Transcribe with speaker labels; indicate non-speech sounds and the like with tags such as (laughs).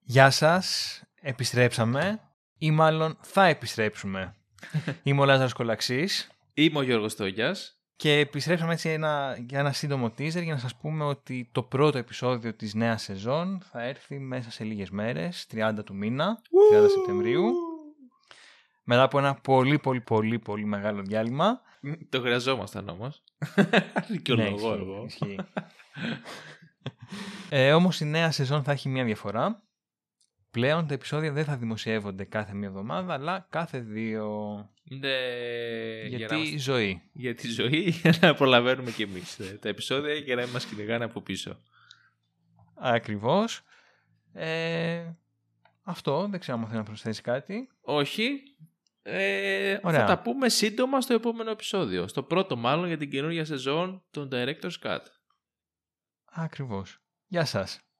Speaker 1: Γεια σας, επιστρέψαμε ή μάλλον θα επιστρέψουμε. Είμαι ο Λάζαρος Κολαξής
Speaker 2: Είμαι ο Γιώργος Τόγιας.
Speaker 1: και επιστρέψαμε έτσι ένα, για ένα σύντομο teaser για να σας πούμε ότι το πρώτο επεισόδιο της νέας σεζόν θα έρθει μέσα σε λίγες μέρες, 30 του μήνα, 30 Σεπτεμβρίου, μετά από ένα πολύ πολύ πολύ πολύ μεγάλο διάλειμμα.
Speaker 2: Το χρειαζόμασταν όμως. (laughs) Δικαιολογώ
Speaker 1: Ναι, ισχύει,
Speaker 2: εγώ.
Speaker 1: ισχύει. ε, όμως η νέα σεζόν θα έχει μία διαφορά. Πλέον τα επεισόδια δεν θα δημοσιεύονται κάθε μία εβδομάδα, αλλά κάθε δύο.
Speaker 2: Ναι, για,
Speaker 1: γιατί
Speaker 2: να είμαστε-
Speaker 1: ζωή.
Speaker 2: για τη ζωή (laughs) για να προλαβαίνουμε κι εμείς ε, τα επεισόδια για να μην μας κυνηγάνε από πίσω.
Speaker 1: Ακριβώς. Ε, αυτό, δεν ξέρω αν θέλει να προσθέσει κάτι.
Speaker 2: Όχι. Ε,
Speaker 1: Ωραία.
Speaker 2: θα τα πούμε σύντομα στο επόμενο επεισόδιο. Στο πρώτο μάλλον για την καινούργια σεζόν των Director's Cut.
Speaker 1: Ακριβώς. Γεια σας.